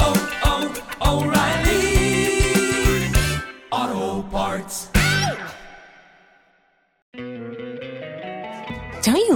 oh, oh, O'Reilly. Auto Parts. Don't you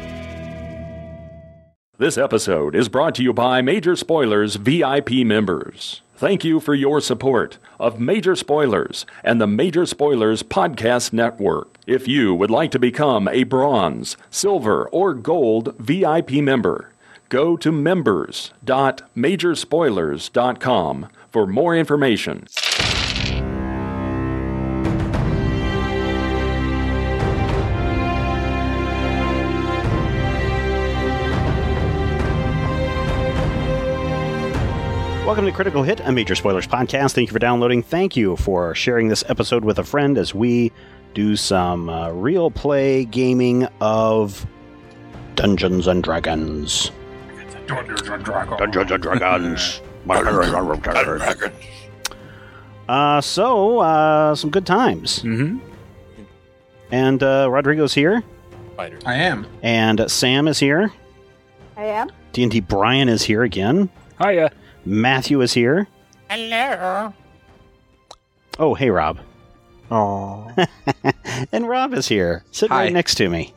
This episode is brought to you by Major Spoilers VIP members. Thank you for your support of Major Spoilers and the Major Spoilers Podcast Network. If you would like to become a bronze, silver, or gold VIP member, go to members.majorspoilers.com for more information. Welcome to Critical Hit, a major spoilers podcast. Thank you for downloading. Thank you for sharing this episode with a friend as we do some uh, real play gaming of Dungeons and Dragons. Dungeons and Dragons. uh, so, uh, some good times. Mm-hmm. And uh, Rodrigo's here, I am. and Sam is here. I am. D&D Brian is here again. Hiya. Matthew is here. Hello. Oh, hey, Rob. Oh. and Rob is here, sitting Hi. right next to me.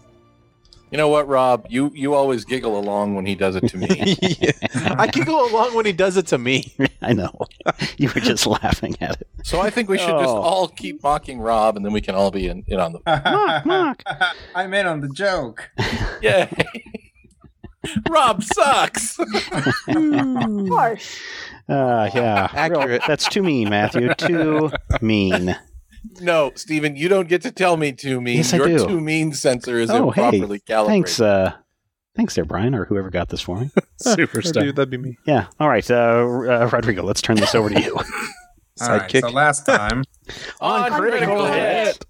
You know what, Rob? You you always giggle along when he does it to me. I giggle along when he does it to me. I know. you were just laughing at it. so I think we should just Oh. all keep mocking Rob, and then we can all be in, in on the Mock, mock. I'm in on the joke. yeah. Rob sucks. Harsh. Uh, yeah. Accurate. That's too mean, Matthew. Too mean. no, Steven, you don't get to tell me too mean. Yes, I Your do. too mean sensor is oh, hey. improperly calibrated. Thanks, uh, thanks there, Brian, or whoever got this for me. Dude, that'd be me. Yeah. All right, uh, uh, Rodrigo, let's turn this over to you. All right, Sidekick. so last time, On critical hit.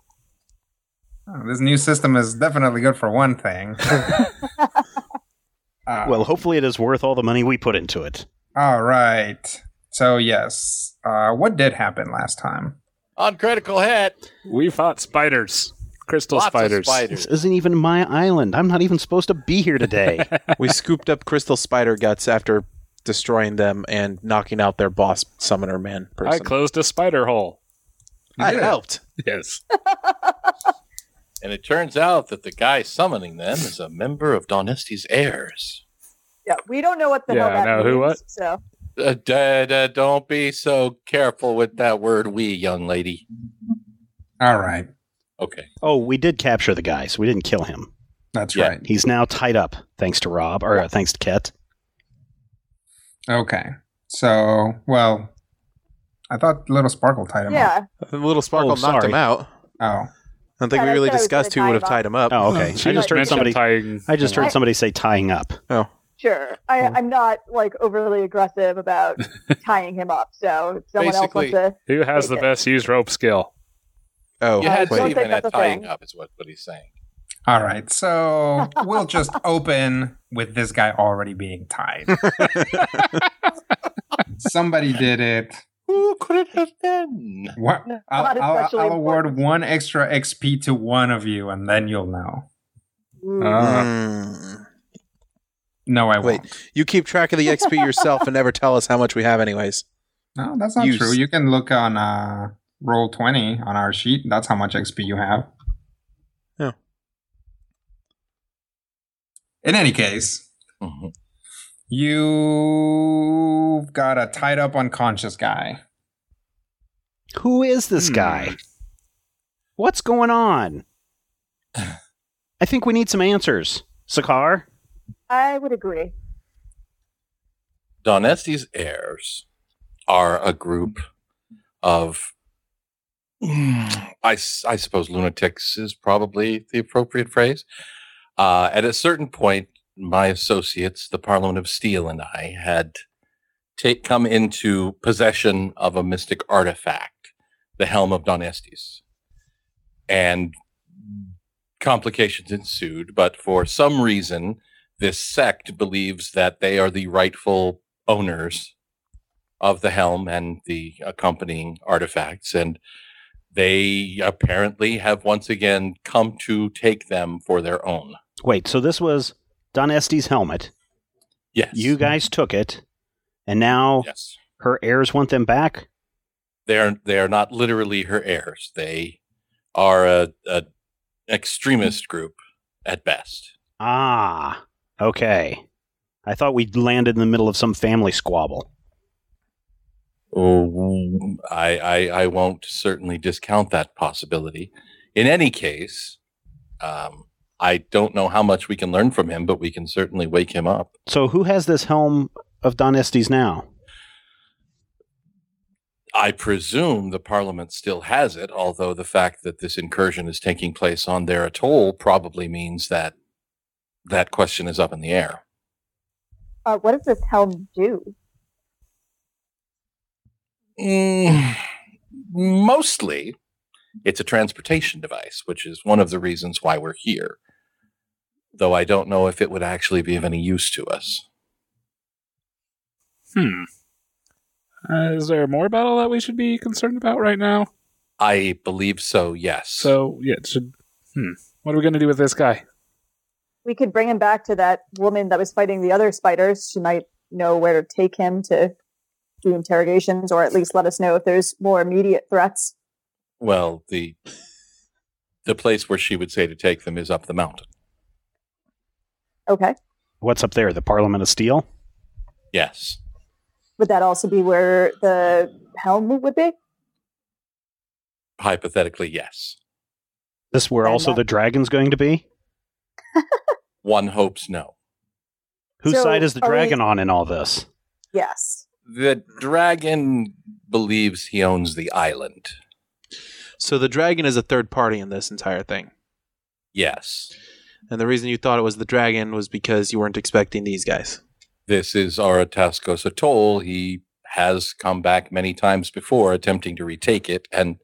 oh, this new system is definitely good for one thing. Uh, well, hopefully it is worth all the money we put into it. all right. So yes, uh, what did happen last time? On critical hit. We fought spiders, crystal Lots spiders. of spiders. This isn't even my island. I'm not even supposed to be here today. We scooped up crystal spider guts after destroying them and knocking out their boss summoner man I person. closed a spider hole. I helped. Yes. And it turns out that the guy summoning them is a member of Donesti's heirs. Yeah, we don't know what the hell Yeah, that no, means. who what? So Uh, da, da, don't be so careful with that word, we, young lady. All right, Okay. oh, we did capture the guy, so we didn't kill him. that's Yeah. right. He's now tied up, thanks to Rob, or uh, thanks to Ket. Okay. So well, I thought Little Sparkle tied him up. yeah, The little sparkle Oh, knocked sorry. him out. I Oh, don't think Yeah, we I really thought I was gonna discussed who tie would have him up. tied him up. Oh, okay. I I just just heard mentioned somebody. tying. I just I- heard somebody say tying up. sure. I, I'm not like overly aggressive about tying him up. So if someone Basically, else wants Who has the Okay. best used rope skill? Oh, You had don't to wait. think even that's at a tying thing. up is what, what he's saying. all right. So we'll just open with this guy already being tied. Somebody did it. Who could it have been? What? I'll, Not I'll, especially I'll award important. one extra XP to one of you, and then you'll know. Uh, to. Mm. Ah. Mm. No, I Wait. won't. You keep track of the XP yourself and never tell us how much we have, anyways. No, that's not You true. s- You can look on uh, roll twenty on our sheet. That's how much XP you have. Oh. In any case, you've got a tied up unconscious guy. Who is this guy? What's going on? I think we need some answers. Sakar? I would agree. Donesti's heirs are a group of, I, s- I suppose, lunatics is probably the appropriate phrase. Uh, at a certain point, my associates, the Parliament of Steel, and I had take come into possession of a mystic artifact, the Helm of Donestes, and complications ensued. But for some reason, this sect believes that they are the rightful owners of the helm and the accompanying artifacts and they apparently have once again come to take them for their own Wait, so this was Don Estee's helmet. yes You guys took it, and now yes her heirs want them back? they are they are not literally her heirs they are a, a extremist group at best Ah, okay. I thought we'd landed in the middle of some family squabble. Oh, I, I, I won't certainly discount that possibility. In any case, um, I don't know how much we can learn from him, but we can certainly wake him up. So who has this helm of Don Estes now? I presume the Parliament still has it, although the fact that this incursion is taking place on their atoll probably means that that question is up in the air. Uh, what does this helm do? Mm, mostly, it's a transportation device, which is one of the reasons why we're here. Though I don't know if it would actually be of any use to us. Hmm. Uh, is there more battle that we should be concerned about right now? I believe so, yes. So yeah, it should. Hmm. What are we going to do with this guy? We could bring him back to that woman that was fighting the other spiders. She might know where to take him to do interrogations, or at least let us know if there's more immediate threats. well, the the place where she would say to take them is up the mountain. Okay. What's up there? The Parliament of Steel? Yes. Would that also be where the helm would be? Hypothetically, yes. This where And also that- the dragon's going to be? One hopes no. Whose So, side is the are we- dragon on in all this? Yes. The dragon believes he owns the island. So the dragon is a third party in this entire thing. Yes. And the reason you thought it was the dragon was because you weren't expecting these guys. This is Aratascos Atoll. He has come back many times before attempting to retake it, and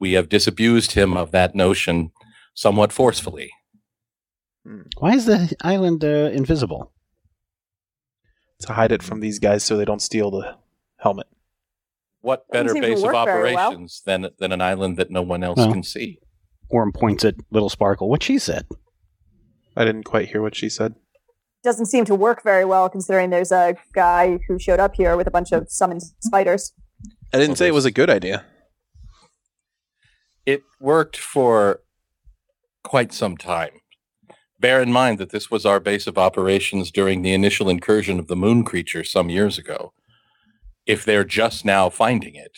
we have disabused him of that notion somewhat forcefully. Why is the island uh, invisible? To hide it from these guys so they don't steal the helmet. What Doesn't better seem to base of work very well. operations than, than an island that no one else Well. can see? Orm points at Little Sparkle. What she said? I didn't quite hear what she said. Doesn't seem to work very well considering there's a guy who showed up here with a bunch of summoned spiders. I didn't Well, say it there's- was a good idea. It worked for quite some time. Bear in mind that this was our base of operations during the initial incursion of the moon creature some years ago. If they're just now finding it,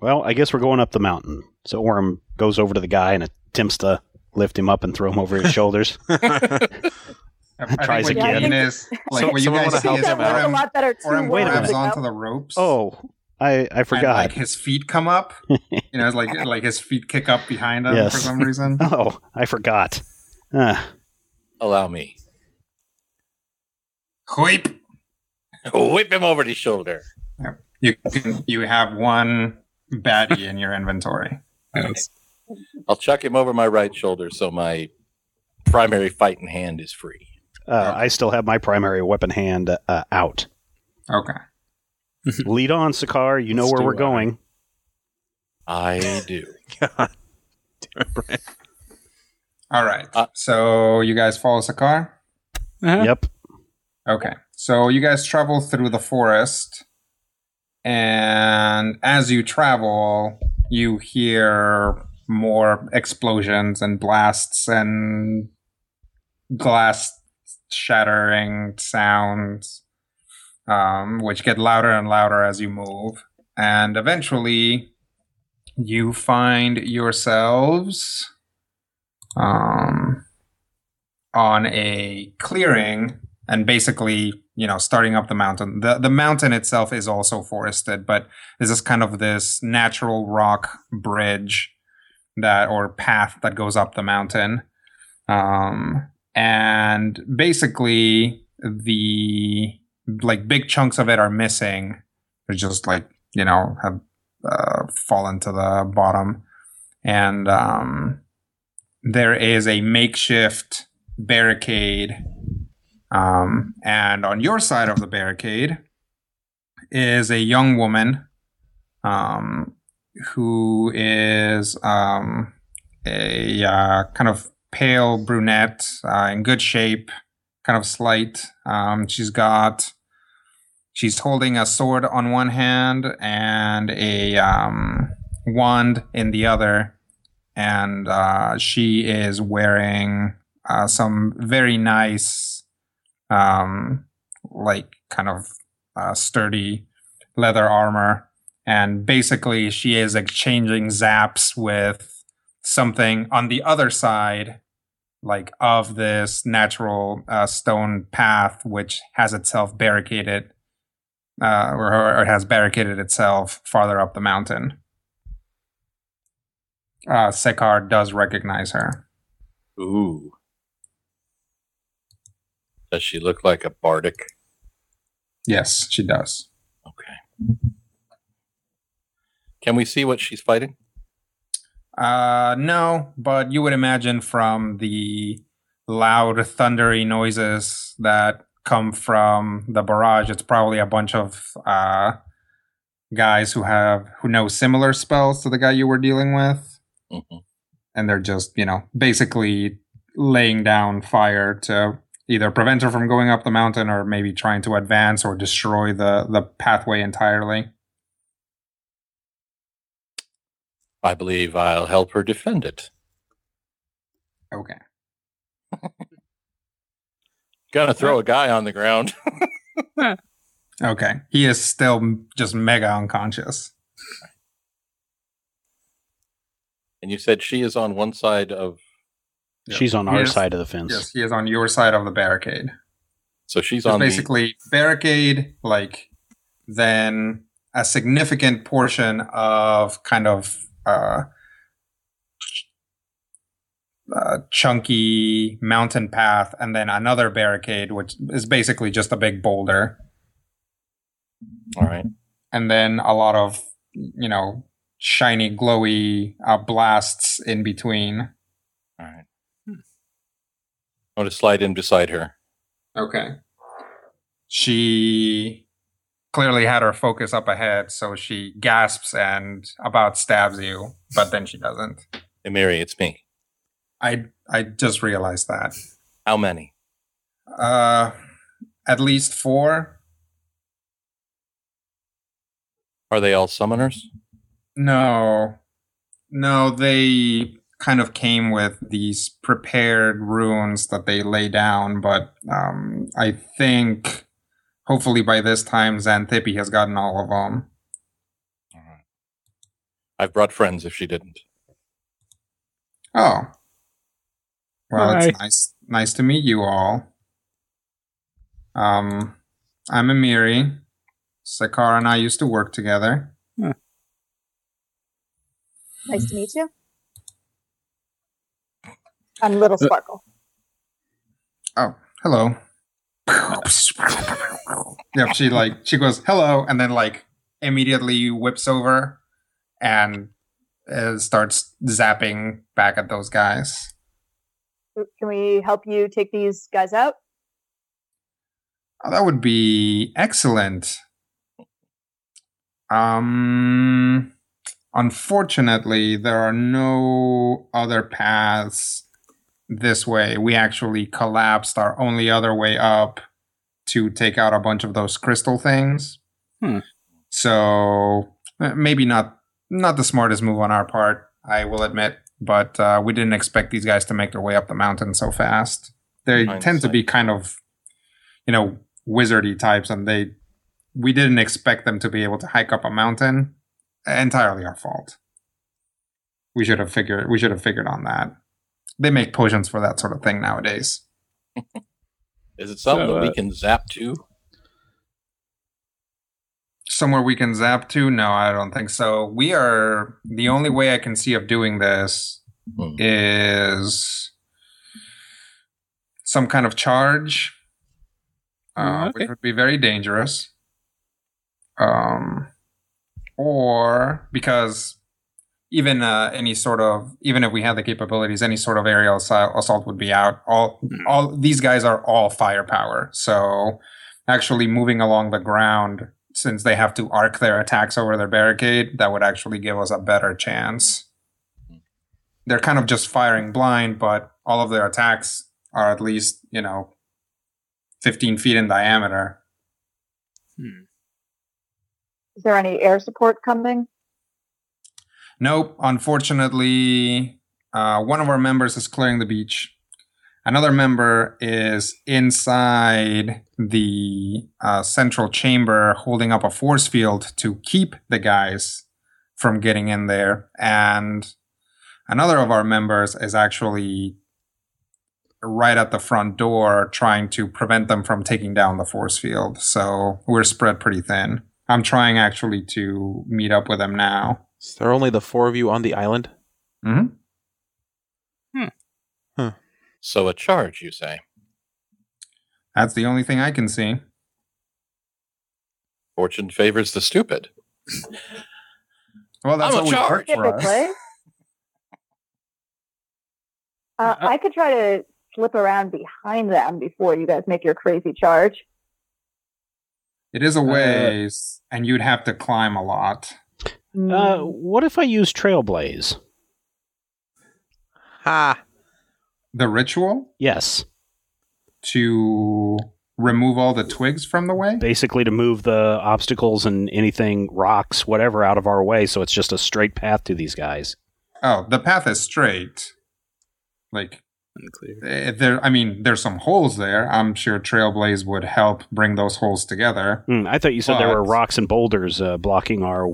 Well, I guess we're going up the mountain. So Orm goes over to the guy and attempts to lift him up and throw him over his shoulders. I think Tries what you again. mean is, like, So- what you someone guys wanna see help is him worked a Orem, lot better two Orem Wait a grabs minute. onto the ropes. Oh, I I And, like forgot. his feet come up, you know, it's like like his feet kick up behind him for Yes. some reason. Oh, I forgot. Uh, allow me. Hoip! Whip him over the shoulder. You can, you have one baddie in your inventory. I'll chuck him over my right shoulder so my primary fighting hand is free. uh, I still have my primary weapon hand uh, out. Okay. Lead on, Sakar. You know Let's where do we're it. going. I do. All right. Uh, so you guys follow Sakar? Uh-huh. Yep. Okay. So you guys travel through the forest, and as you travel, you hear more explosions and blasts and glass shattering sounds, um, which get louder and louder as you move. And eventually, you find yourselves. Um, on a clearing and basically, you know, starting up the mountain. The the mountain itself is also forested, but this is kind of this natural rock bridge that or path that goes up the mountain. Um and basically the like big chunks of it are missing. They're just like, you know, have uh, fallen to the bottom. And um there is a makeshift barricade. Um, and on your side of the barricade is a young woman um, who is um, a uh, kind of pale brunette uh, in good shape, kind of slight. Um, she's got. She's holding a sword on one hand and a um, wand in the other and uh, she is wearing uh, some very nice, um, like kind of uh, sturdy leather armor. And basically, she is exchanging zaps with something on the other side, like of this natural uh, stone path, which has itself barricaded uh, or, or has barricaded itself farther up the mountain uh, Sekar does recognize her. Ooh. Does she look like a bardic? Yes, she does. Can we see what she's fighting? Uh, no, but you would imagine from the loud, thundery noises that come from the barrage, it's probably a bunch of uh, guys who have who know similar spells to the guy you were dealing with. Mhm. and they're just you know basically laying down fire to either prevent her from going up the mountain or maybe trying to advance or destroy the the pathway entirely I believe I'll help her defend it. okay Gonna throw a guy on the ground. okay he is still m- just mega unconscious And you said she is on one side of, She's on our Yes. side of the fence. yes he is on your side of the barricade so she's It's on the. basically barricade like then a significant portion of kind of uh, ch- uh, chunky mountain path and then another barricade which is basically just a big boulder All right. and then a lot of you know shiny glowy uh, blasts in between All right. I want to slide in beside her. Okay. She clearly had her focus up ahead, so she gasps and about stabs you, but then she doesn't. Emiri, it's me. I I just realized that. How many? Uh at least four? Are they all summoners? No. No, they kind of came with these prepared runes that they lay down, but um I think hopefully by this time Xanthippe has gotten all of them. All right. I've brought friends if she didn't. Oh. Well, Hi. it's nice nice to meet you all. Um I'm Amiri. Sakar and I used to work together. Nice to meet you. I'm Little Sparkle. Oh, hello. yep, she like she goes, "Hello," and then like immediately whips over and uh, starts zapping back at those guys. Can we help you take these guys out? Oh, that would be excellent. Um, unfortunately, there are no other paths this way. We actually collapsed our only other way up to take out a bunch of those crystal things. Hmm. So uh, maybe not not the smartest move on our part. I will admit, but uh, we didn't expect these guys to make their way up the mountain so fast. They tend to Hindsight. be kind of, you know, wizardy types, and they we didn't expect them to be able to hike up a mountain. Entirely our fault. We should have figured we should have figured on that. They make potions for that sort of thing nowadays. Is it something So, that we uh, can zap to? somewhere we can zap to? No, I don't think so. We are the only way I can see of doing this Hmm. is some kind of charge, uh, Mm, okay. which would be very dangerous. Um, or because even uh, any sort of even if we had the capabilities, any sort of aerial assault, assault would be out. All all these guys are all firepower, so actually moving along the ground since they have to arc their attacks over their barricade, that would actually give us a better chance. They're kind of just firing blind, but all of their attacks are at least, you know, 15 feet in diameter. Is there any air support coming? Nope, unfortunately, uh, one of our members is clearing the beach. Another member is inside the uh, central chamber holding up a force field to keep the guys from getting in there. And another of our members is actually right at the front door trying to prevent them from taking down the force field. So we're spread pretty thin. I'm trying actually to meet up with them now. Is there only the four of you on the island? hmm So a charge, you say? That's the only thing I can see. Fortune favors the stupid. Well, that's I'm a always charge. worked for us. Typically. Uh, I could try to slip around behind them before you guys make your crazy charge. It is a ways, and you'd have to climb a lot. Uh, what if I use Trailblaze? Ha! The ritual Yes, to remove all the twigs from the way. basically to move the obstacles and anything, rocks, whatever, out of our way, so it's just a straight path to these guys. Oh, the path is straight. Like Unclear. eh, there, I mean, there's some holes there. I'm sure Trailblaze would help bring those holes together. Hmm, I thought you said there were But- rocks and boulders uh, blocking our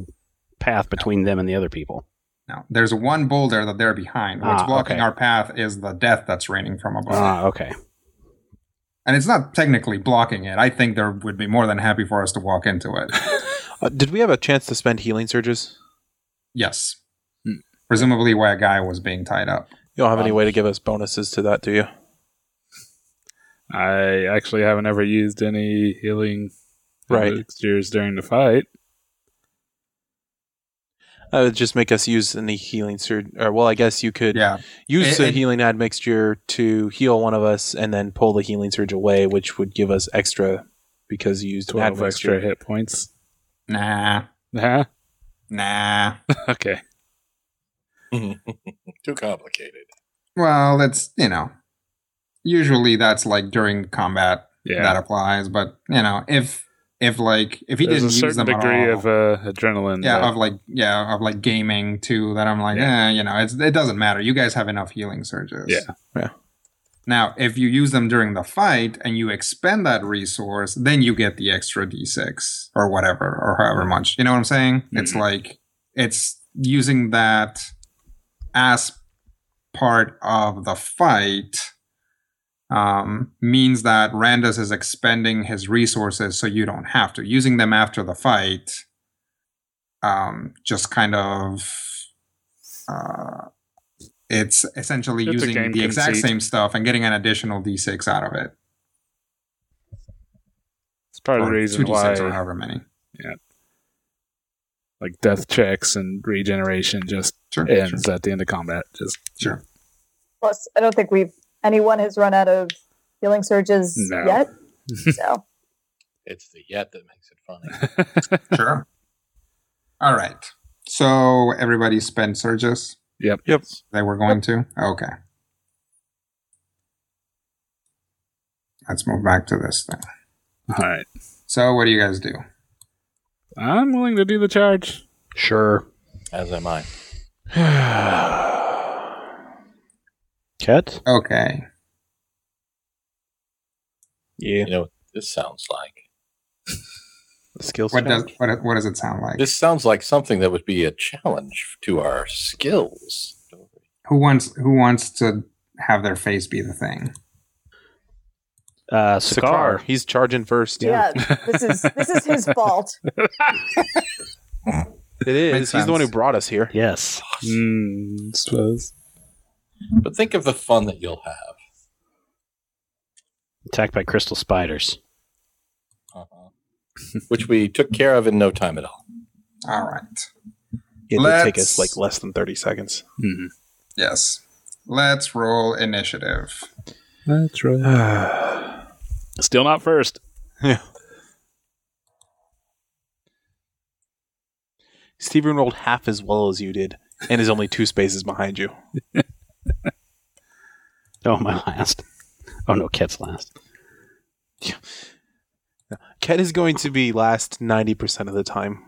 path between them and the other people. Now, there's one boulder that they're behind. What's Ah, blocking okay. our path is the death that's raining from above. Ah, okay. And it's not technically blocking it. I think they would be more than happy for us to walk into it. Uh, did we have a chance to spend healing surges? Yes. Hmm. Presumably where a guy was being tied up. You don't have Um, any way to give us bonuses to that, do you? I actually haven't ever used any healing Right. elixirs during the fight. That would just make us use any healing surge. Or, well, I guess you could Yeah. use It- the it- healing admixture to heal one of us and then pull the healing surge away, which would give us extra because you used an Twelve admixture. extra hit points. Nah. Huh? Nah. okay. Too complicated. Well, that's, you know, usually that's like during combat that Yeah. applies, but, you know, if, if like, if he There's a didn't use certain them degree at all, of uh, adrenaline. yeah, that- of like, yeah, of like gaming too, that I'm like, yeah, you know, it's, it doesn't matter. You guys have enough healing surges. Yeah, yeah. Now, if you use them during the fight and you expend that resource, then you get the extra d6 or whatever, or however much. You know what I'm saying? Mm-hmm. It's like, it's using that as part of the fight um, means that Randus is expending his resources so you don't have to. Using them after the fight um, just kind of. Uh, it's essentially It's a using the game exact conceit. same stuff and getting an additional d6 out of it. it's part of the Or reason why or however many. like death checks and regeneration just Sure. sure. ends at the end of combat. Just Sure. Plus, I don't think we've anyone has run out of healing surges No. yet. So It's the yet that makes it funny. sure. All right. So everybody spent surges yep. Yep. they were going to? Okay. Let's move back to this thing. All right. So what do you guys do? I'm willing to do the charge. Sure. As am I. Cat? Okay. Yeah. You know what this sounds like? The skills. What does challenge. what, what does it sound like? This sounds like something that would be a challenge to our skills. who wants who wants to have their face be the thing? Uh, Sakar. He's charging first. Yeah. this is this is his fault. It is. Makes He's the one who sense. Hmm, brought us here. Yes. Mm, suppose. But think of the fun that you'll have. Attacked by crystal spiders. Uh-huh. Which we took care of in no time at all. All right. It did take Let's- us like less than 30 seconds. Yes. Let's roll initiative. That's right. Still not first. Yeah. Steven rolled half as well as you did and is only two spaces behind you. Oh, my last. Oh, no, Ket's last. Ket is going to be last 90% of the time.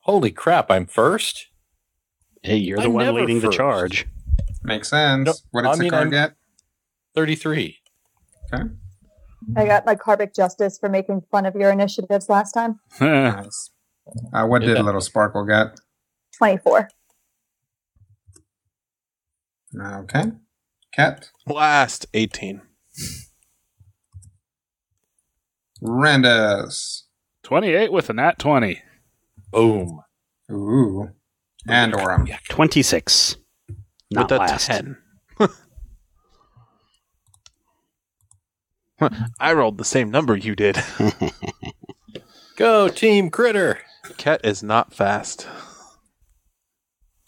Holy crap, I'm first? Hey, you're the I'm one never leading the first. charge. Makes sense. No, what did I mean, Sakar I'm- get? 33. I got my karmic justice for making fun of your initiatives last time. Nice. Uh, what did Yeah. Little Sparkle get? Twenty four. Okay. Cat. Last 18. Randus. 28 with a nat 20. Boom. Ooh. And Oram. 26. Not with a last. 10. I rolled the same number you did. Go, Team Critter. Ket is not fast.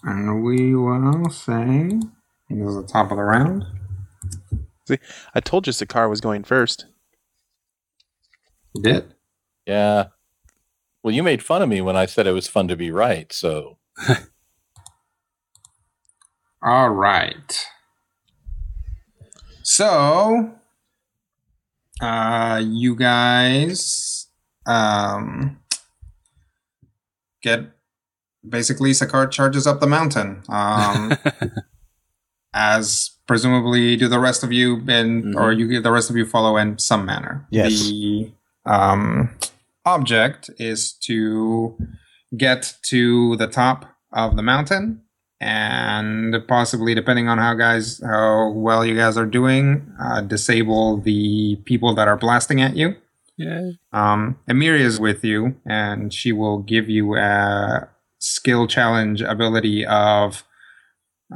And we will say this is the top of the round. See, I told you Sakar was going first. You did. Yeah. Well, you made fun of me when I said it was fun to be right, so. All right. So, uh, you guys um, get basically Sakar charges up the mountain, um, as presumably do the rest of you, and or you the rest of you follow in some manner. Yes. The um, object is to get to the top of the mountain and possibly depending on how guys how well you guys are doing uh, disable the people that are blasting at you Yeah. um Emiria is with you and she will give you a skill challenge ability of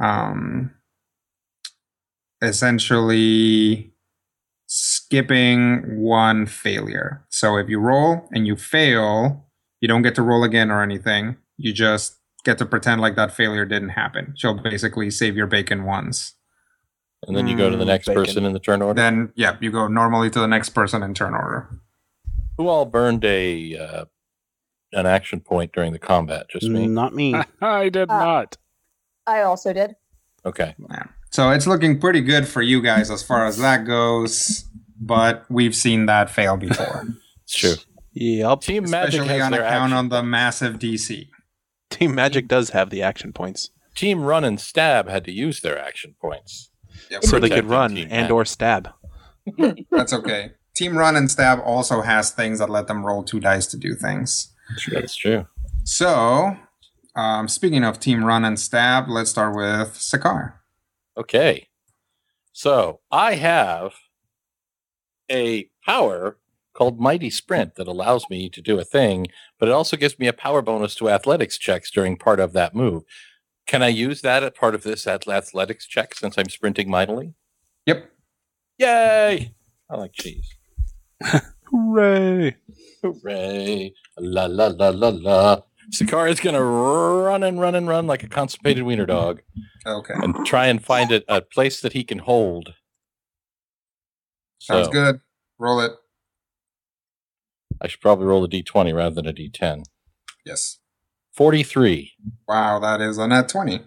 um essentially skipping one failure so if you roll and you fail you don't get to roll again or anything you just get to pretend like that failure didn't happen she'll basically save your bacon once And then you go to the Mm, next bacon. person in the turn order. then yeah you go normally to the next person in turn order Who all burned a uh, an action point during the combat? Just me. Not me. I did Uh, not. I also did. Okay. Yeah. So it's looking pretty good for you guys as far as that goes, but we've seen that fail before. It's true. Yep. Team Magic Especially has on their account action. on the massive DC. Team Magic does have the action points. Team Run and Stab had to use their action points. so they could Protecting run Team and Magic. or stab. That's okay. Team Run and Stab also has things that let them roll two dice to do things. That's true. So, um, speaking of Team Run and Stab, let's start with Sakar. Okay. So I have a power called Mighty Sprint that allows me to do a thing, but it also gives me a power bonus to athletics checks during part of that move. Can I use that at part of this at athletics check since I'm sprinting mightily? Yep. Yay! I like cheese. Hooray! Hooray! La la la la la. Sakar is gonna run and run and run like a constipated wiener dog. Okay. and try and find a, a place that he can hold. Sounds So, good. Roll it. I should probably roll a d20 rather than a d10. Yes. 43. Wow, that is a net 20.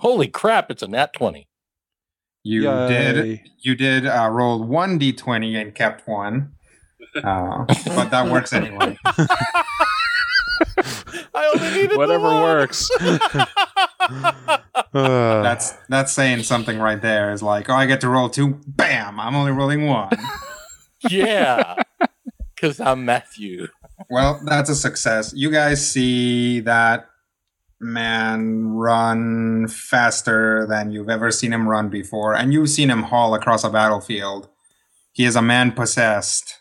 Holy crap, it's a nat 20. You Yay. did. You did uh, roll one d20 and kept one, uh, but that works anyway. I only needed the Whatever one. works. That's that's saying something right there. Is like, oh, I get to roll two. Bam! I'm only rolling one. yeah. Because I'm Matthew. well, that's a success. You guys see that man run faster than you've ever seen him run before, and you've seen him haul across a battlefield. He is a man possessed.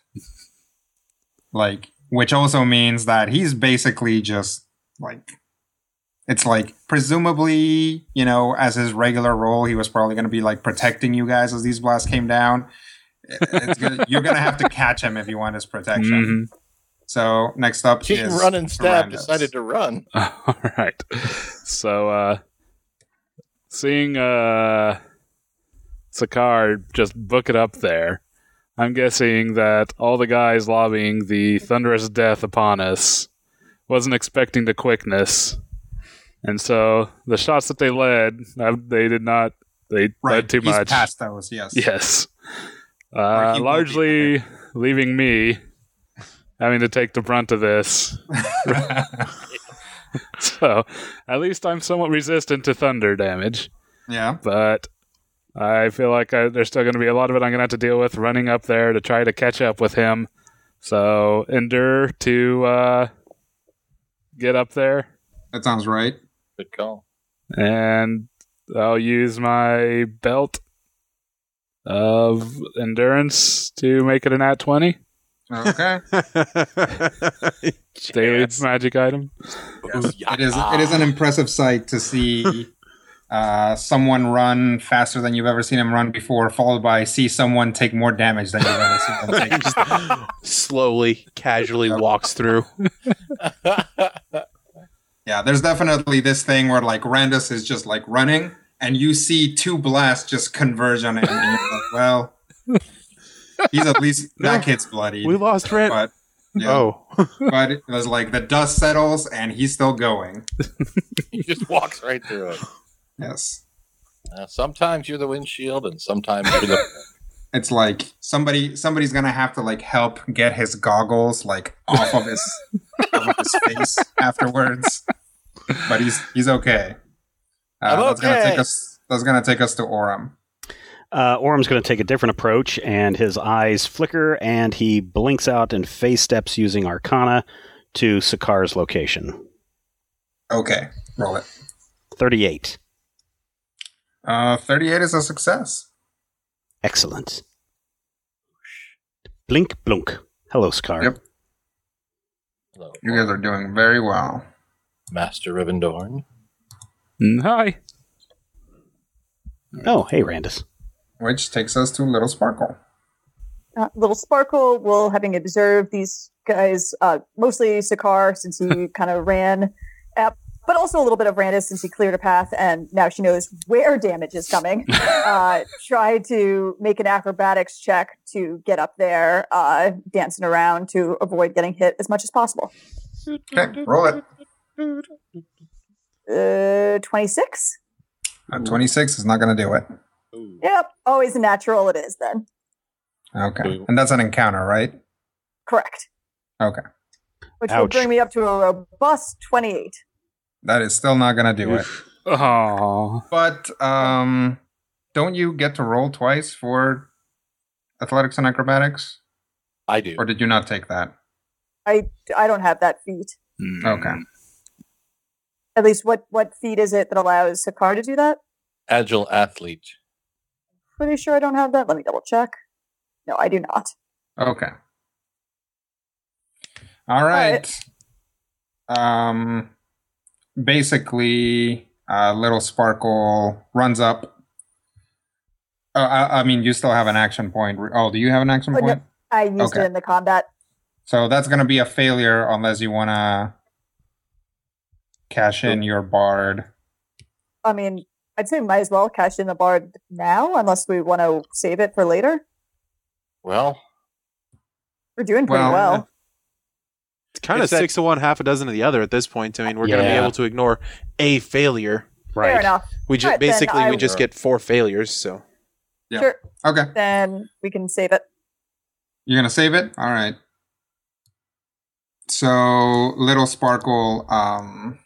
like, which also means that he's basically just like. It's like, presumably, you know, as his regular role, he was probably going to be like protecting you guys as these blasts came down. It's gonna, you're going to have to catch him if you want his protection. So, next up King is Run and Stab Tyrannus. decided to run. All right. So, uh, seeing uh, Sakar just book it up there, I'm guessing that all the guys lobbying the thunderous death upon us wasn't expecting the quickness. And so the shots that they led, uh, they did not, they led too he's much. past those, yes. Yes. Or Uh, he will be largely leaving me having to take the brunt of this. so at least I'm somewhat resistant to thunder damage, Yeah. but I feel like I, there's still going to be a lot of it I'm going to have to deal with running up there to try to catch up with him. So endure to uh, get up there, That sounds right. Good call. and I'll use my belt of endurance to make it an at 20. Okay. daily magic item. it is it is an impressive sight to see uh, someone run faster than you've ever seen him run before, followed by see someone take more damage than you've ever seen them take. Slowly, casually walks through. Yeah, there's definitely this thing where like Randus is just like running and you see two blasts just converge on him and you're like, well he's at least that kid's bloody. We lost Rand. but yeah, Oh, but it was like the dust settles and he's still going. He just walks right through it. Yes. Uh, sometimes you're the windshield, and sometimes you're the. it's like somebody somebody's gonna have to like help get his goggles like off of his off of his face afterwards. But he's he's okay. Uh, I'm that's gonna okay. take us that's gonna take us to Orem. Uh, Orm's going to take a different approach, and his eyes flicker, and he blinks out and face steps using Arcana to Sakar's location. Okay, roll it. 38. Uh, Thirty-eight is a success. Excellent. Blink, blunk. Hello, Sakar. Yep. Hello, You guys are doing very well. Master Rivendorn. Mm, Hi. Oh, hey, Randus. Which takes us to Little Sparkle. Uh, little Sparkle will, having observed these guys, uh, mostly Sakar, since he kind of ran up, but also a little bit of Randus, since he cleared a path and now she knows where damage is coming, uh, try to make an acrobatics check to get up there, uh, dancing around to avoid getting hit as much as possible. Okay, roll it. Uh, 26? Uh, Twenty-six is not gonna do it. Yep, always a natural it is then. Okay, and that's an encounter, right? Correct. Okay, Which will Ouch. bring me up to a robust 28. that is still not gonna do it. Oh, But um, don't you get to roll twice for athletics and acrobatics, I do. or did you not take that? I, I don't have that feat. Okay. at least what what feat is it that allows Sakar to do that? Agile athlete. Pretty sure I don't have that. Let me double check. No, I do not. Okay. All right. Um, basically, uh, little sparkle runs up. Uh, I, I mean, you still have an action point. Oh, do you have an action Oh, no. point? I used Okay. it in the combat. So that's going to be a failure unless you want to Oh. cash in your bard. I mean, I'd say might as well cash in the bard now, unless we want to save it for later. Well, We're doing pretty Well, well. it's kind of It's that- six to one, half a dozen of the other at this point. I mean, we're going to be Yeah. able to ignore a failure. Fair enough. We just Alright, then basically I we just will- get four failures. So Yeah. Sure. Okay. Then we can save it. You're gonna save it? Alright. So little sparkle, um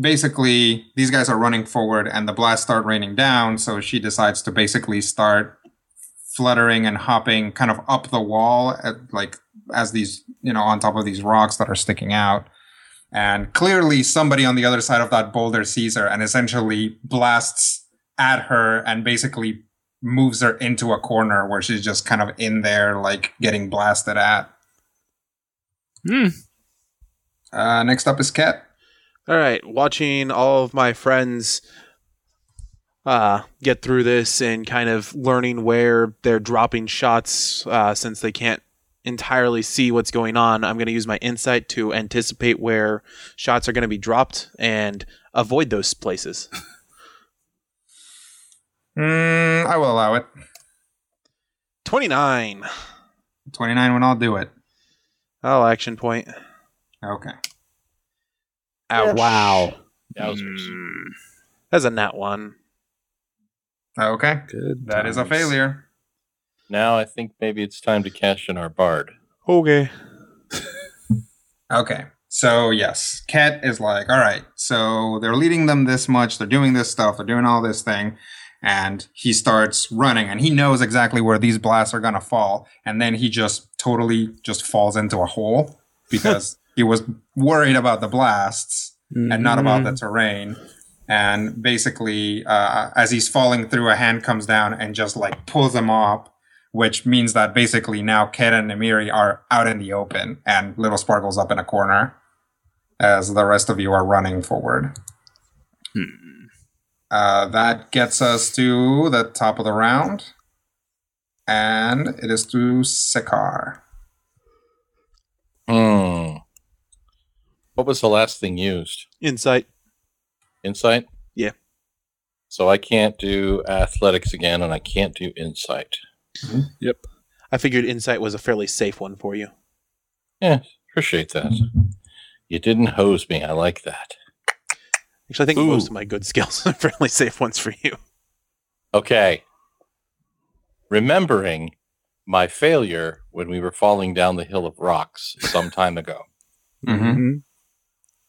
basically these guys are running forward and the blasts start raining down, so she decides to basically start fluttering and hopping kind of uh, up the wall at, like as these you know on top of these rocks that are sticking out And clearly, somebody on the other side of that boulder sees her and essentially blasts at her and basically moves her into a corner where she's just kind of in there, like getting blasted at. Hmm. Uh, next up is Cat. All right, watching all of my friends uh, get through this and kind of learning where they're dropping shots uh, since they can't entirely see what's going on, I'm going to use my insight to anticipate where shots are going to be dropped and avoid those places. Mm, I will allow it. 29. 29 when I'll do it. Oh, action point. Okay. Ouch. Wow. Mm. That's a nat one. Okay. Good. That is a times. failure. Now I think maybe it's time to cash in our bard. Okay. Okay. So yes, Cat is like, all right. So they're leading them this much. They're doing this stuff. They're doing all this thing, and he starts running, and he knows exactly where these blasts are gonna fall, and then he just totally just falls into a hole because he was worried about the blasts and not about the terrain. And basically, uh, as he's falling through, a hand comes down and just like pulls him up, which means that basically now Ked and Namiri are out in the open and Little Sparkle's up in a corner as the rest of you are running forward. Uh, that gets us to the top of the round. And it is to Sekar. Hmm. What was the last thing used? Insight. Insight? Yeah. So I can't do athletics again and I can't do insight. Mm-hmm. I figured insight was a fairly safe one for you. Appreciate that. You didn't hose me. I like that. Actually, I think Ooh. most of my good skills are fairly safe ones for you. Okay. Remembering my failure when we were falling down the hill of rocks some time ago. Mm-hmm.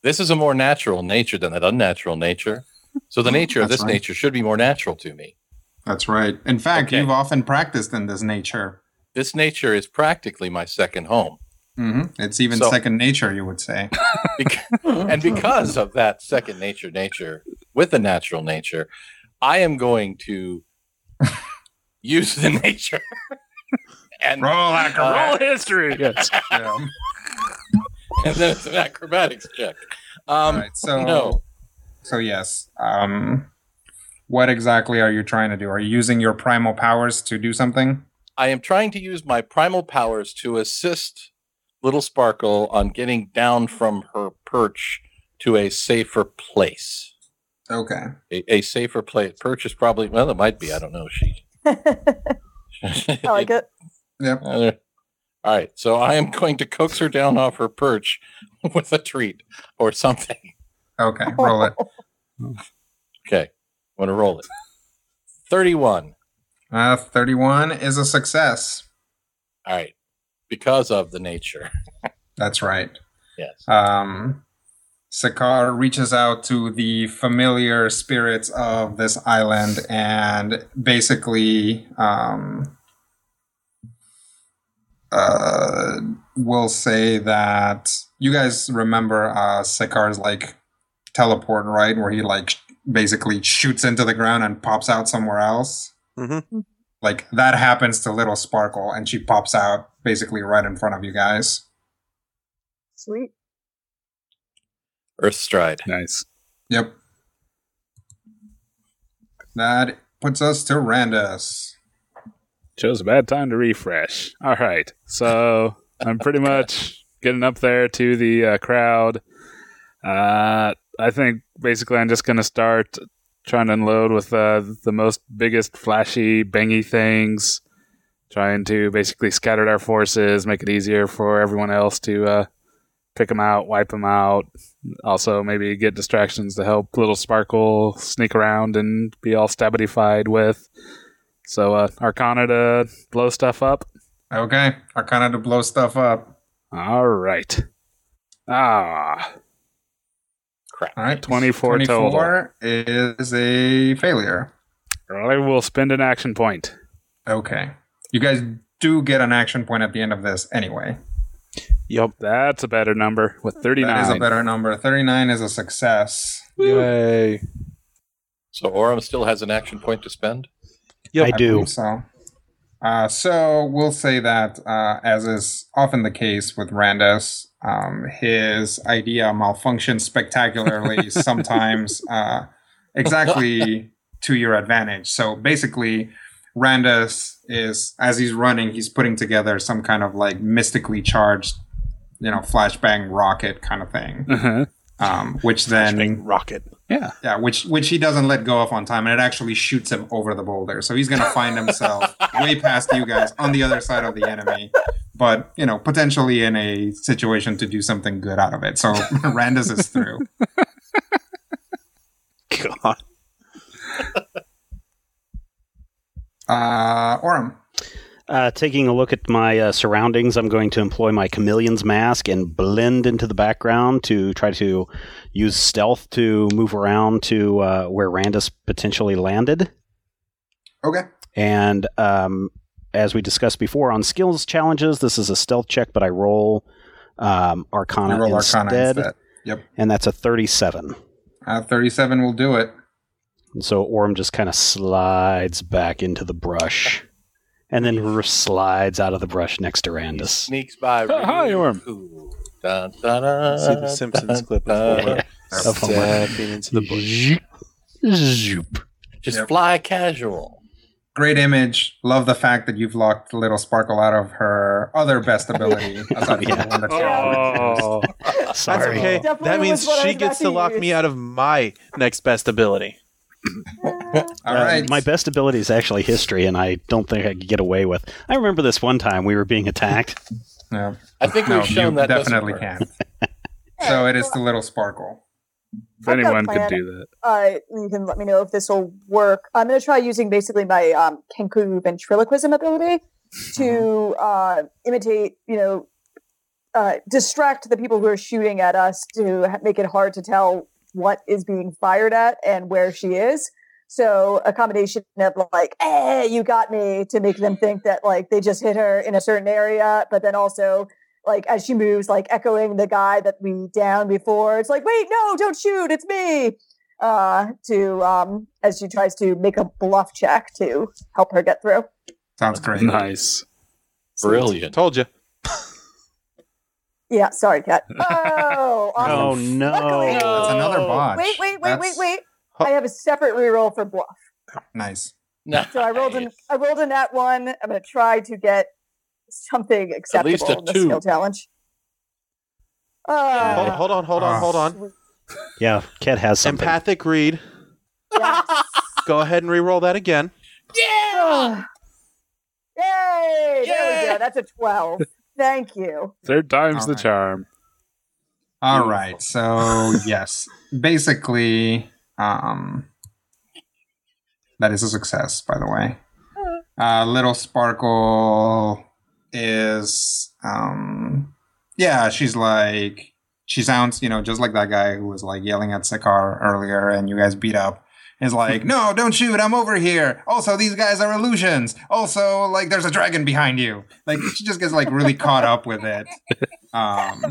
This is a more natural nature than that unnatural nature. So the nature of That's this right. nature should be more natural to me. That's right. In fact, Okay. you've often practiced in this nature. This nature is practically my second home. hmm It's even So- second nature, you would say. Bec- and because of that second nature nature with the natural nature, I am going to use the nature and, Roll like uh, Roll history. Yes. Yeah. and then it's an acrobatics check. Um, All right, so no. so yes. Um, what exactly are you trying to do? Are you using your primal powers to do something? I am trying to use my primal powers to assist Little Sparkle on getting down from her perch to a safer place. Okay. A, a safer place. Perch is probably well, it might be. I don't know. She. I like it. Yep. Uh, all right, so I am going to coax her down off her perch with a treat or something. Okay. Roll it. Okay, want to roll it. Thirty-one. Uh, Thirty-one is a success. All right, because of the nature. That's right. Yes. Um, Sakar reaches out to the familiar spirits of this island and basically um, uh, will say that you guys remember uh, Sakar's like teleport, right? Where he like sh- basically shoots into the ground and pops out somewhere else. Mm-hmm. Like that happens to Little Sparkle, and she pops out basically right in front of you guys. Sweet. Earth stride. Nice. Yep. That puts us to Randus. Chose a bad time to refresh. All right. So I'm pretty much getting up there to the uh, crowd. Uh, I think basically I'm just going to start trying to unload with uh, the most biggest, flashy, bangy things, trying to basically scatter our forces, make it easier for everyone else to uh, pick them out, wipe them out. Also, maybe get distractions to help little Sparkle sneak around and be all stabbitified with. So uh, Arcana to blow stuff up. Okay, Arcana to blow stuff up. All right. Ah, All right, 24 total. 24 is a failure. I will spend an action point. Okay, you guys do get an action point at the end of this anyway. Yep. That's a better number with 39. That is a better number. 39 is a success. Yay. So Orem still has an action point to spend. Yep. I do. believe so. Uh, so we'll say that, uh, as is often the case with Randos, um, his idea malfunctions spectacularly, sometimes uh, exactly to your advantage. So basically, Randos is, as he's running, he's putting together some kind of like mystically charged, you know, flashbang rocket kind of thing, Uh-huh. um, which then rocket. Yeah. yeah, which which he doesn't let go of on time, and it actually shoots him over the boulder. So he's gonna find himself way past you guys on the other side of the enemy, but you know potentially in a situation to do something good out of it. So Randas is through. God. Uh, Orem, Uh, taking a look at my uh, surroundings, I'm going to employ my chameleon's mask and blend into the background to try to use stealth to move around to uh, where Randus potentially landed. okay, And um, as we discussed before, on skills challenges, this is a stealth check, but I roll um, Arcana, you roll instead, Arcana instead. Yep, and that's a 37. uh, thirty-seven will do it. And so Orm just kind of slides back into the brush, and then r- slides out of the brush next to Randus. Sneaks by. Hi, really Orm. cool. Dun, dun, dun, See the Simpsons dun, clip dun, before. dun. Of homework. Stepping into the bush. Zoop. Just Yep. fly casual. Great image. Love the fact that you've locked little Sparkle out of her other best ability. Aside from the one that she already used. Oh, That's Sorry. okay. Definitely that means was what I she was about gets to to lock use. me out of my next best ability. All Uh, right. My best ability is actually history, and I don't think I could get away with. I remember this one time we were being attacked. Yeah. I think No, we've shown you that doesn't definitely work. can. so it is the little sparkle. if anyone plan. could do that. uh, you can let me know if this will work. I'm going to try using basically my um, Kenku ventriloquism ability to uh, imitate, you know, uh, distract the people who are shooting at us to ha- make it hard to tell what is being fired at and where she is. So a combination of like, "Hey, you got me," to make them think that like they just hit her in a certain area, but then also like as she moves, like echoing the guy that we downed before. It's like, "Wait, no, don't shoot! It's me!" uh, to um, as she tries to make a bluff check to help her get through. Sounds great. Nice. Brilliant. Told you. Yeah, sorry, Kat. Oh, awesome. Oh Luckily- no! That's another Oh, botch. Wait, wait, wait, wait, That's wait. I have a separate reroll for bluff. Nice. So I rolled an I rolled a nat one. I'm gonna try to get something acceptable least a in the two. skill challenge. Hold, Uh, hold on, hold Ah. on, hold on. Yeah, Kat has something. Empathic read. yes. Go ahead and re-roll that again. Ugh. Yay! There we go. That's a twelve. Thank you. Third time's the Alright. charm. All right. So yes, basically, um, that is a success. By the way, uh, little sparkle is, um, yeah, she's like she sounds, you know, just like that guy who was like yelling at Sakar earlier, and you guys beat up. Is like, no, don't shoot. I'm over here. Also, these guys are illusions. Also, like, there's a dragon behind you. Like, she just gets like really caught up with it. Um,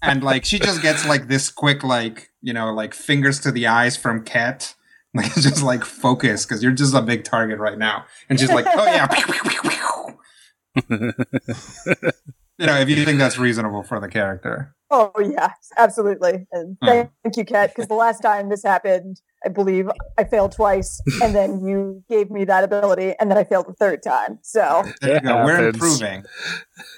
and like she just gets like this quick like you know like fingers to the eyes from cat like just like focus because you're just a big target right now and she's like oh yeah pew, pew, pew, pew. you know if you think that's reasonable for the character Oh yeah, absolutely. And Hmm. thank you, Kat, because the last time this happened, I believe I failed twice, and then you gave me that ability, and then I failed the third time. So there you It go we're happens. improving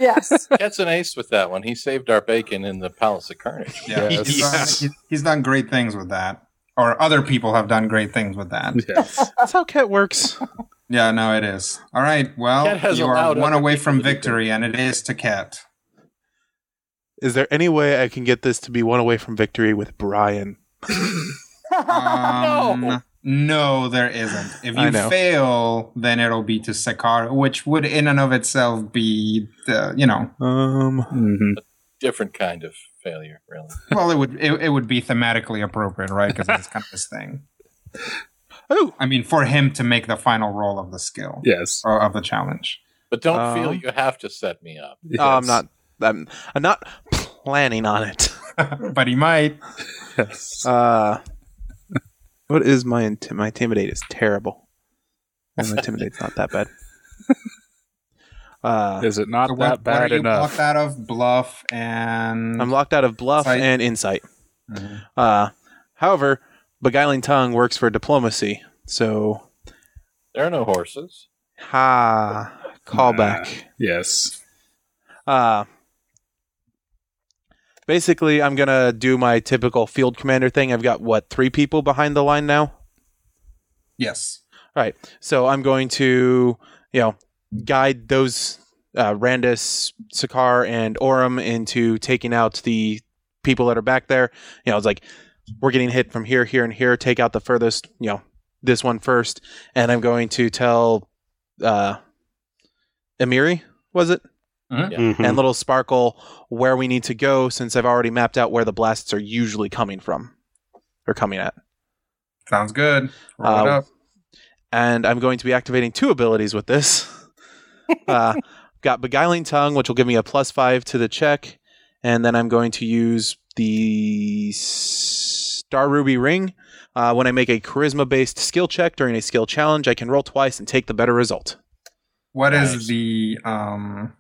yes, That's an ace with that one. He saved our bacon in the Palace of Carnage. yeah, he's, Yes. done, he's- he's done great things with that or other people have done great things with that Yes. That's how Ket works. yeah no it is all right well Cat has you are allowed one other away people from to do victory and it is to cat Is there any way I can get this to be one away from victory with Brian? Um, no. there isn't. If I you know. fail, then it'll be to Sakar, which would in and of itself be the you know Um, Mhm. Different kind of failure, really. well it would it, it would be thematically appropriate, right? Because it's kind of his thing. Oh. I mean, for him to make the final roll of the skill Yes. or of the challenge. Uh-huh. But don't feel Um, you have to set me up. yes. I'm not. I'm, I'm not planning on it. but he might. Uh, what is my inti- my intimidate is terrible. And my intimidate's not that bad. Uh, Is it not So what, that what bad are you enough? blocked out of? Bluff and I'm locked out of bluff Sight. and insight. Mhm. Uh, however, beguiling tongue works for diplomacy. So, There are no horses. ha, callback. Yes. Uh, basically, I'm gonna do my typical field commander thing. I've got what three people behind the line now. yes. Right. So I'm going to, you know, guide those uh, Randus, Sakar, and Orim into taking out the people that are back there. You know, it's like we're getting hit from here, here, and here. Take out the furthest. You know, this one first. And I'm going to tell uh, Emiri, was it? Mhm. And little Sparkle where we need to go since I've already mapped out where the blasts are usually coming from or coming at. Sounds good. Roll it Uh, up. and I'm going to be activating two abilities with this. uh, got Beguiling Tongue, which will give me a plus five to the check, and then I'm going to use the Star Ruby Ring. Uh, when I make a charisma based skill check during a skill challenge, I can roll twice and take the better result. What is Nice. the um?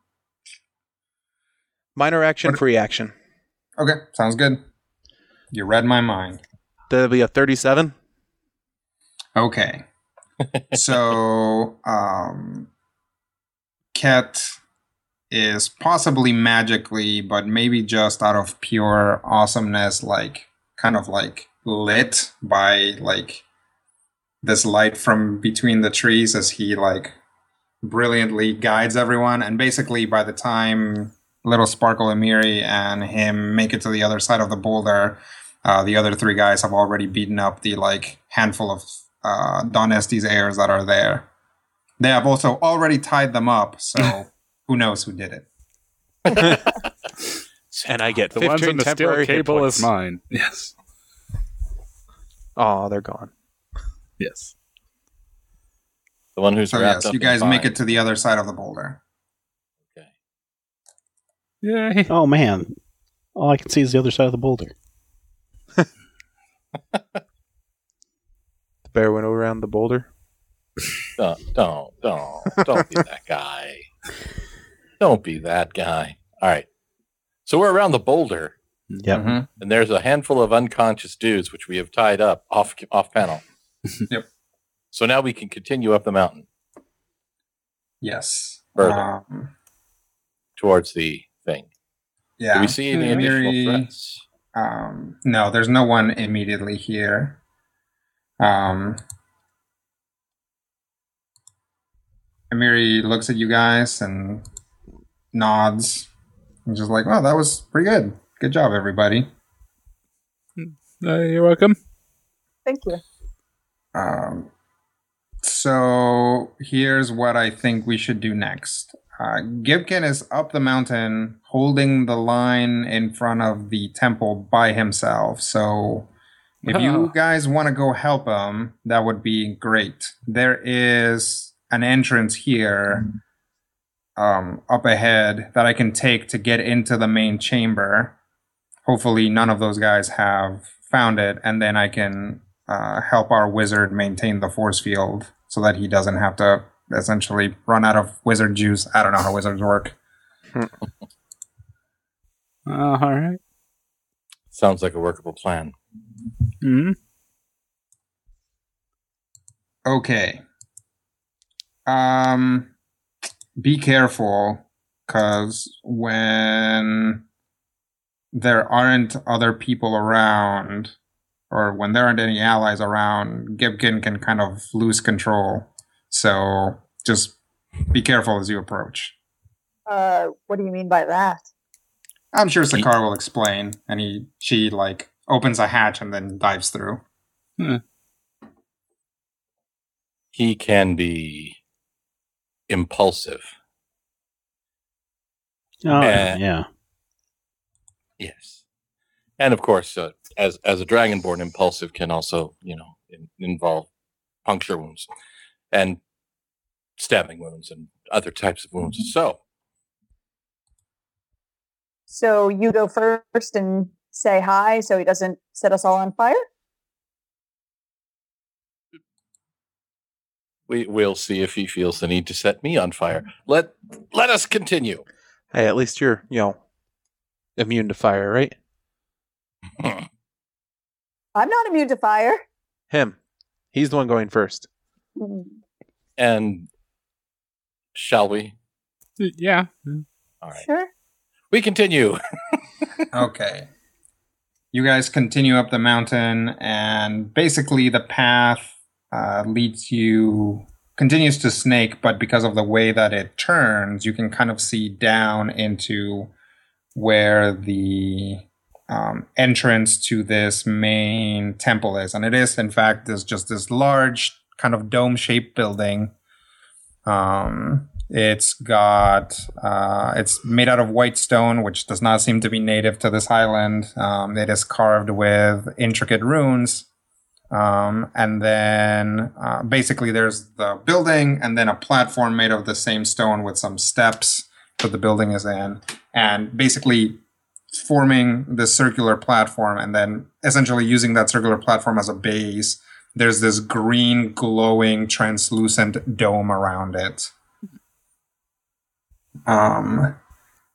Minor action, What- free action. Okay, sounds good. You read my mind. That'll be a 37. Okay. so, um, Ket is possibly magically, but maybe just out of pure awesomeness, like kind of like lit by like this light from between the trees as he like brilliantly guides everyone. And basically, by the time little Sparkle Emiri and him make it to the other side of the boulder, uh, the other three guys have already beaten up the like handful of uh, Don Estes heirs that are there. They have also already tied them up, so who knows who did it? And I get The ones in 15 the steel temporary hit cable points. is mine. Yes. Oh, they're gone. Yes. The one who's So wrapped Oh, yes, up you in guys make vines. it to the other side of the boulder. Yay. Oh man, all I can see is the other side of the boulder. The bear went around the boulder. Don't, don't, don't, don't be that guy. Don't be that guy. All right. So we're around the boulder, Yep. Mhm. and there's a handful of unconscious dudes which we have tied up off off panel. Yep. So now we can continue up the mountain Yes. Further. Um, towards the thing. yeah. Do we see Hmm. any additional Miri- threats? Um, no, there's no one immediately here. Um, Amiri looks at you guys and nods. And just like, oh, that was pretty good. Good job, everybody. Uh, you're welcome. Thank you. Um, so here's what I think we should do next. Uh, Gibkin is up the mountain holding the line in front of the temple by himself. So if Wow. you guys want to go help him, that would be great. There is an entrance here um, up ahead that I can take to get into the main chamber. Hopefully, none of those guys have found it, and then I can uh, help our wizard maintain the force field so that he doesn't have to essentially run out of wizard juice. I don't know how wizards work. Uh, all right. Sounds like a workable plan. Mhm. Okay. Um, be careful, because when there aren't other people around, or when there aren't any allies around, Gibkin can kind of lose control. So just be careful as you approach. Uh, what do you mean by that? I'm sure Sakar will explain, and he she like opens a hatch and then dives through. He can be impulsive. Oh Eh. yeah. Yes, and of course, uh, as as a dragonborn, impulsive can also you know in, involve puncture wounds and stabbing wounds and other types of wounds. So So you go first and say hi so he doesn't set us all on fire. We will see if he feels the need to set me on fire. Let let us continue. Hey, at least you're, you know, immune to fire, right? I'm not immune to fire. Him. He's the one going first. And shall we? Yeah. All right. Sure. We continue. okay. You guys continue up the mountain, and basically the path uh, leads you continues to snake, but because of the way that it turns, you can kind of see down into where the um, entrance to this main temple is, and it is in fact this just this large kind of dome shaped building. Um, it's got uh, it's made out of white stone, which does not seem to be native to this island. Um, it is carved with intricate runes, um, and then uh, basically there's the building, and then a platform made of the same stone with some steps that the building is in, and basically forming the circular platform, and then essentially using that circular platform as a base. There's this green, glowing, translucent dome around it. Um,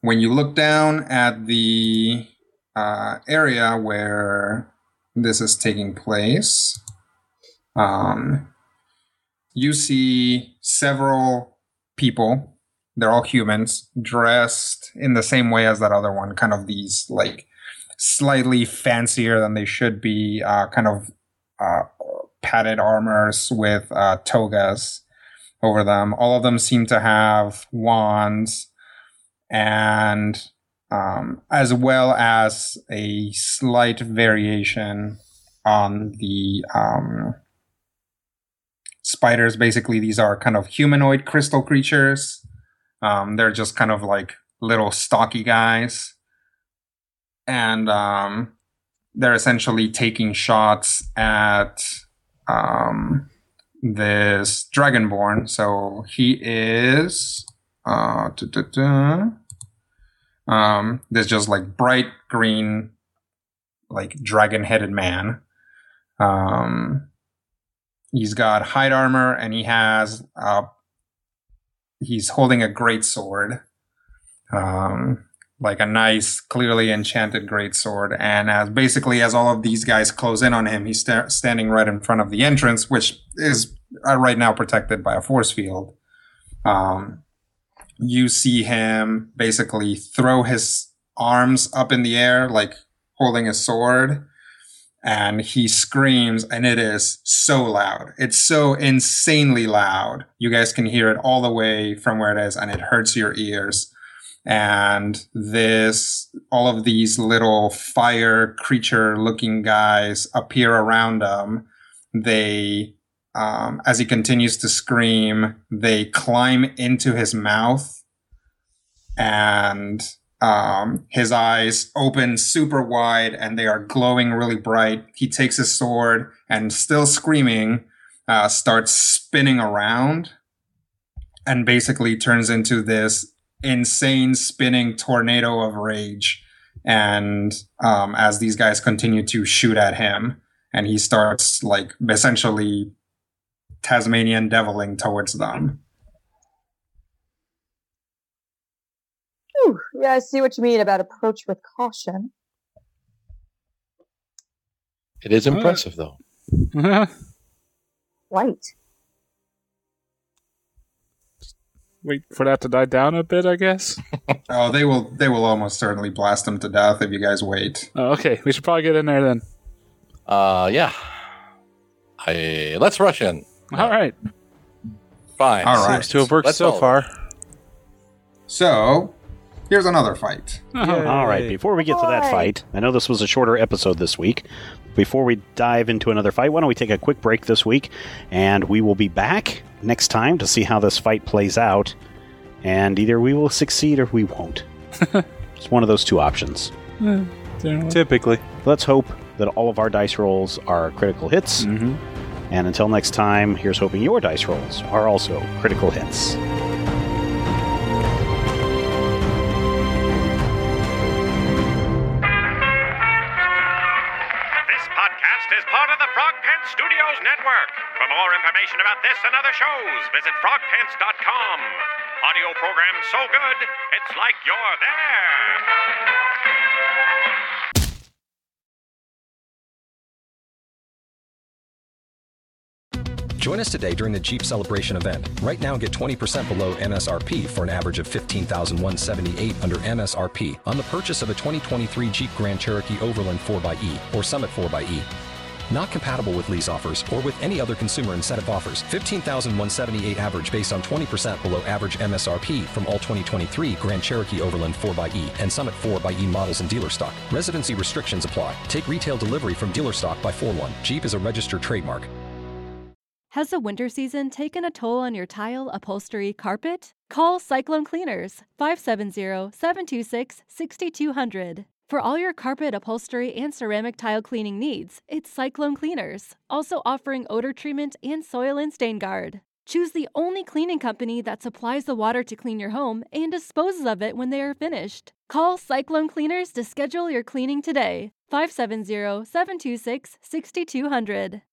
when you look down at the uh, area where this is taking place, um, you see several people. They're all humans dressed in the same way as that other one, kind of these like slightly fancier than they should be, uh, kind of uh, padded armors with uh, togas over them. All of them seem to have wands and um, as well as a slight variation on the um, spiders. Basically, these are kind of humanoid crystal creatures. Um, they're just kind of like little stocky guys. And um, they're essentially taking shots at um, this dragonborn. So he is uh, duh, duh, duh. um there's just like bright green like dragon headed man. Um he's got hide armor and he has uh he's holding a great sword. Um like a nice, clearly enchanted great sword, and as basically as all of these guys close in on him, he's sta- standing right in front of the entrance, which is uh, right now protected by a force field. Um, you see him basically throw his arms up in the air, like holding his sword, and he screams, and it is so loud. It's so insanely loud. You guys can hear it all the way from where it is, and it hurts your ears. And this, all of these little fire creature looking guys appear around him. They um, as he continues to scream, they climb into his mouth, and um, his eyes open super wide and they are glowing really bright. He takes his sword and, still screaming, uh, starts spinning around and basically turns into this insane spinning tornado of rage. And um, as these guys continue to shoot at him, and he starts like essentially Tasmanian deviling towards them. Whew. Yeah, I see what you mean about approach with caution. It is impressive, though. White. Wait for that to die down a bit, I guess. Oh, they will they will almost certainly blast them to death if you guys wait. Oh, okay, we should probably get in there then. Uh, yeah. I let's rush in. All right. Fine. All right. Seems to have worked Let's so all- far. So here's another fight. All right, before we get to that Alright. fight, I know this was a shorter episode this week. Before we dive into another fight, why don't we take a quick break this week and we will be back next time to see how this fight plays out. And either we will succeed or we won't. it's one of those two options. Typically. Let's hope that all of our dice rolls are critical hits. And until next time, here's hoping your dice rolls are also critical hits. Frogpants Studios Network. For more information about this and other shows, visit frogpants.com. Audio program so good, it's like you're there. Join us today during the Jeep Celebration event. Right now, get 20% below MSRP for an average of 15178 under MSRP on the purchase of a 2023 Jeep Grand Cherokee Overland 4xE or Summit 4xE. Not compatible with lease offers or with any other consumer incentive offers. 15,178 average based on 20% below average MSRP from all 2023 Grand Cherokee Overland 4xE and Summit 4xE models in dealer stock. Residency restrictions apply. Take retail delivery from dealer stock by 4 1. Jeep is a registered trademark. Has the winter season taken a toll on your tile, upholstery, carpet? Call Cyclone Cleaners 570 726 6200. For all your carpet, upholstery, and ceramic tile cleaning needs, it's Cyclone Cleaners, also offering odor treatment and soil and stain guard. Choose the only cleaning company that supplies the water to clean your home and disposes of it when they are finished. Call Cyclone Cleaners to schedule your cleaning today 570 726 6200.